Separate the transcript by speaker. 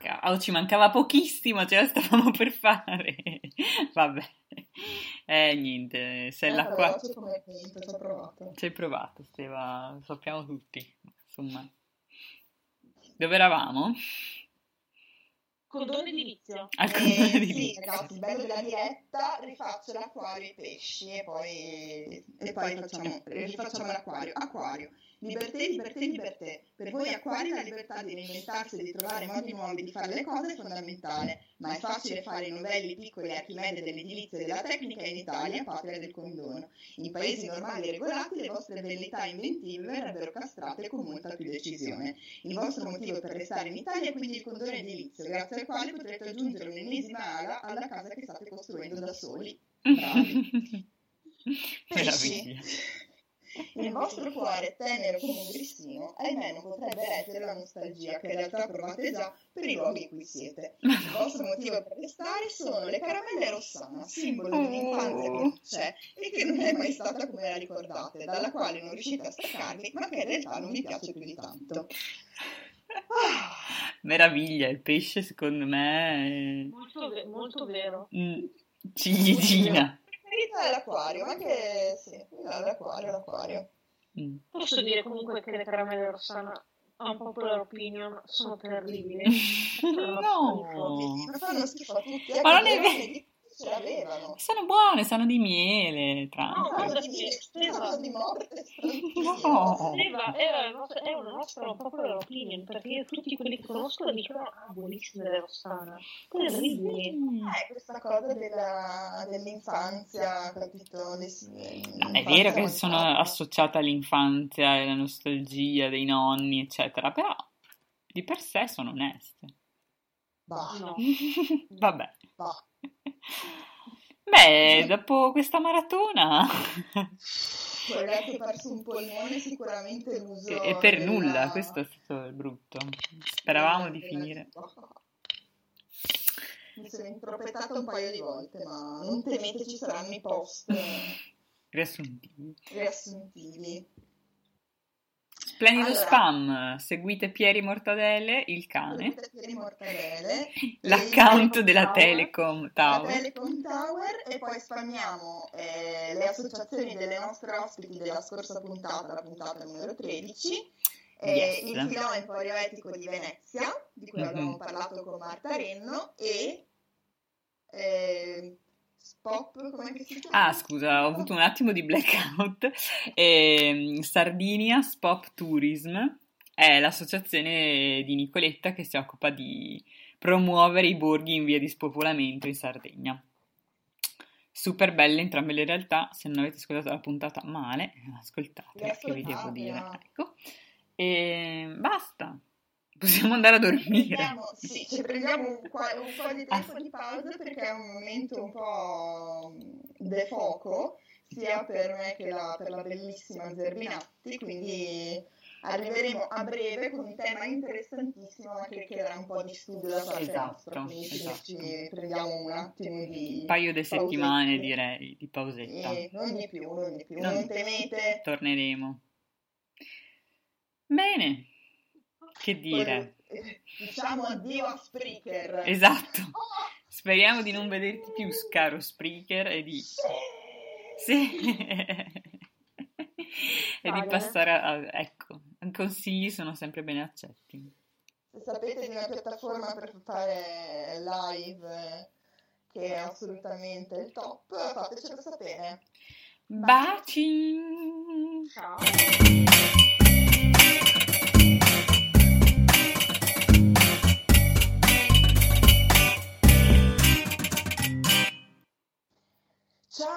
Speaker 1: mancava, oh, ci mancava pochissimo, ce la stavamo per fare. Vabbè, eh, niente, se
Speaker 2: Eh,
Speaker 1: la qua...
Speaker 2: Ci ho provato, ci ho provato.
Speaker 1: Ci hai provato, Steva, lo sappiamo tutti, insomma. Dove eravamo?
Speaker 3: Cordone d'inizio.
Speaker 1: Al
Speaker 2: Eh,
Speaker 1: condone di
Speaker 2: sì,
Speaker 1: Lecco.
Speaker 2: ragazzi, il bello della diretta, rifaccio l'acquario e i pesci e poi, e poi facciamo, rifacciamo l'acquario. Acquario, libertà, libertà, libertà. Per voi acquario la libertà di reinventarsi e di trovare modi nuovi di fare le cose è fondamentale, ma è facile fare i novelli piccoli archimede dell'edilizia e della tecnica in Italia, patria del condono. In paesi normali e regolati le vostre velleità inventive verrebbero castrate con molta più decisione. Il vostro motivo per restare in Italia è quindi il condono edilizio, grazie al quale potrete aggiungere un'ennesima ala alla casa che state costruendo da soli. Bravi. Pesci.
Speaker 1: Meraviglia.
Speaker 2: Il vostro cuore, tenero come un grissino, ahimè non potrebbe reggere la nostalgia che in realtà provate già per i luoghi in cui siete. Il vostro motivo per restare sono le caramelle rossana, simbolo di un'infanzia
Speaker 1: Oh.
Speaker 2: che non c'è e che non è mai stata come la ricordate, dalla quale non riuscite a staccarvi, ma che in realtà non vi piace più di tanto. Ah.
Speaker 1: Meraviglia, il pesce secondo me
Speaker 3: Molto, ve- molto vero.
Speaker 1: è... mm, ciliegina.
Speaker 2: preferita è l'acquario, anche sì, no, l'acquario, l'acquario.
Speaker 1: Mm.
Speaker 3: Posso dire comunque che le caramelle rossana a un popular opinion sono terribili.
Speaker 1: No,
Speaker 2: Ma fanno schifo a tutti, ecco,
Speaker 1: Oh. Ma non è
Speaker 2: le
Speaker 1: vero.
Speaker 2: donne ce l'avevano.
Speaker 1: sono buone, sono di miele,
Speaker 3: No,
Speaker 1: tranquille.
Speaker 3: guarda,
Speaker 2: di,
Speaker 3: sì,
Speaker 2: sono
Speaker 3: Esatto.
Speaker 2: di morte, Oh.
Speaker 1: No.
Speaker 3: Eva era la nostra- è una nostra popular opinion perché io tutti quelli che conosco dicevano ah buonissime le rossana terribili
Speaker 1: Mm.
Speaker 2: Eh, questa cosa della- dell'infanzia, capito? Dei-
Speaker 1: No, Ah, è vero che
Speaker 2: infanzia
Speaker 1: sono
Speaker 2: rossana.
Speaker 1: associata all'infanzia e alla nostalgia dei nonni, eccetera, però di per sé sono oneste.
Speaker 2: Bah,
Speaker 3: no
Speaker 1: Mm. Vabbè.
Speaker 2: bah.
Speaker 1: Beh, dopo questa maratona
Speaker 2: Quella che ha perso un polmone sicuramente l'uso
Speaker 1: e per
Speaker 2: della-
Speaker 1: nulla, questo è stato il brutto. Speravamo di
Speaker 2: della-
Speaker 1: finire.
Speaker 2: Mi sono intropettata un paio di volte, ma non temete, ci saranno i post.
Speaker 1: Riassuntivi.
Speaker 2: riassuntivi.
Speaker 1: Splendido
Speaker 2: Allora.
Speaker 1: spam, seguite Pieri Mortadelle, il cane,
Speaker 2: Patatine mortadelle,
Speaker 1: l'account
Speaker 2: Telecom
Speaker 1: della
Speaker 2: Tower,
Speaker 1: Telecom
Speaker 2: la
Speaker 1: Tower.
Speaker 2: Telecom Tower e poi spammiamo eh, le associazioni delle nostre ospiti della scorsa puntata, la puntata numero 13. eh,
Speaker 1: Yes.
Speaker 2: Il filò emporio etico di Venezia, di cui
Speaker 1: Mhm.
Speaker 2: abbiamo parlato con Marta Renno, e eh, Spop, come si chiama?
Speaker 1: Ah, scusa, ho avuto un attimo di blackout. Ehm, Sardinia Spop Tourism è l'associazione di Nicoletta che si occupa di promuovere i borghi in via di spopolamento in Sardegna. Super belle entrambe le realtà, se non avete ascoltato la puntata male, ascoltatela, che vi devo dire.
Speaker 2: Ascoltatela.
Speaker 1: Ecco. E basta, possiamo andare a dormire.
Speaker 2: Prendiamo- sì, ci prendiamo un, qua- un po' di
Speaker 1: Ah.
Speaker 2: tempo di pausa perché è un momento un po' de fuoco, sia per me che la- per la bellissima Zerbinatti, quindi arriveremo a breve con un tema interessantissimo ma che chiederà un po' di studio da parte
Speaker 1: Esatto,
Speaker 2: nostra, quindi ci-
Speaker 1: esatto.
Speaker 2: ci prendiamo un attimo di...
Speaker 1: Un paio di
Speaker 2: pausetta.
Speaker 1: settimane direi di pausetta.
Speaker 2: Eh, non di più, non di più,
Speaker 1: Non-
Speaker 2: non temete.
Speaker 1: torneremo. Bene, che dire?
Speaker 2: Eh, Diciamo addio a Spreaker.
Speaker 1: Esatto.
Speaker 2: Oh!
Speaker 1: Speriamo di non vederti più, caro Spreaker, e di, sì. e di
Speaker 3: Vale.
Speaker 1: passare a... Ecco, consigli sono sempre ben accetti.
Speaker 2: Se sapete di una piattaforma per fare live eh, che è assolutamente il top, fatecelo sapere.
Speaker 1: Baci!
Speaker 3: ciao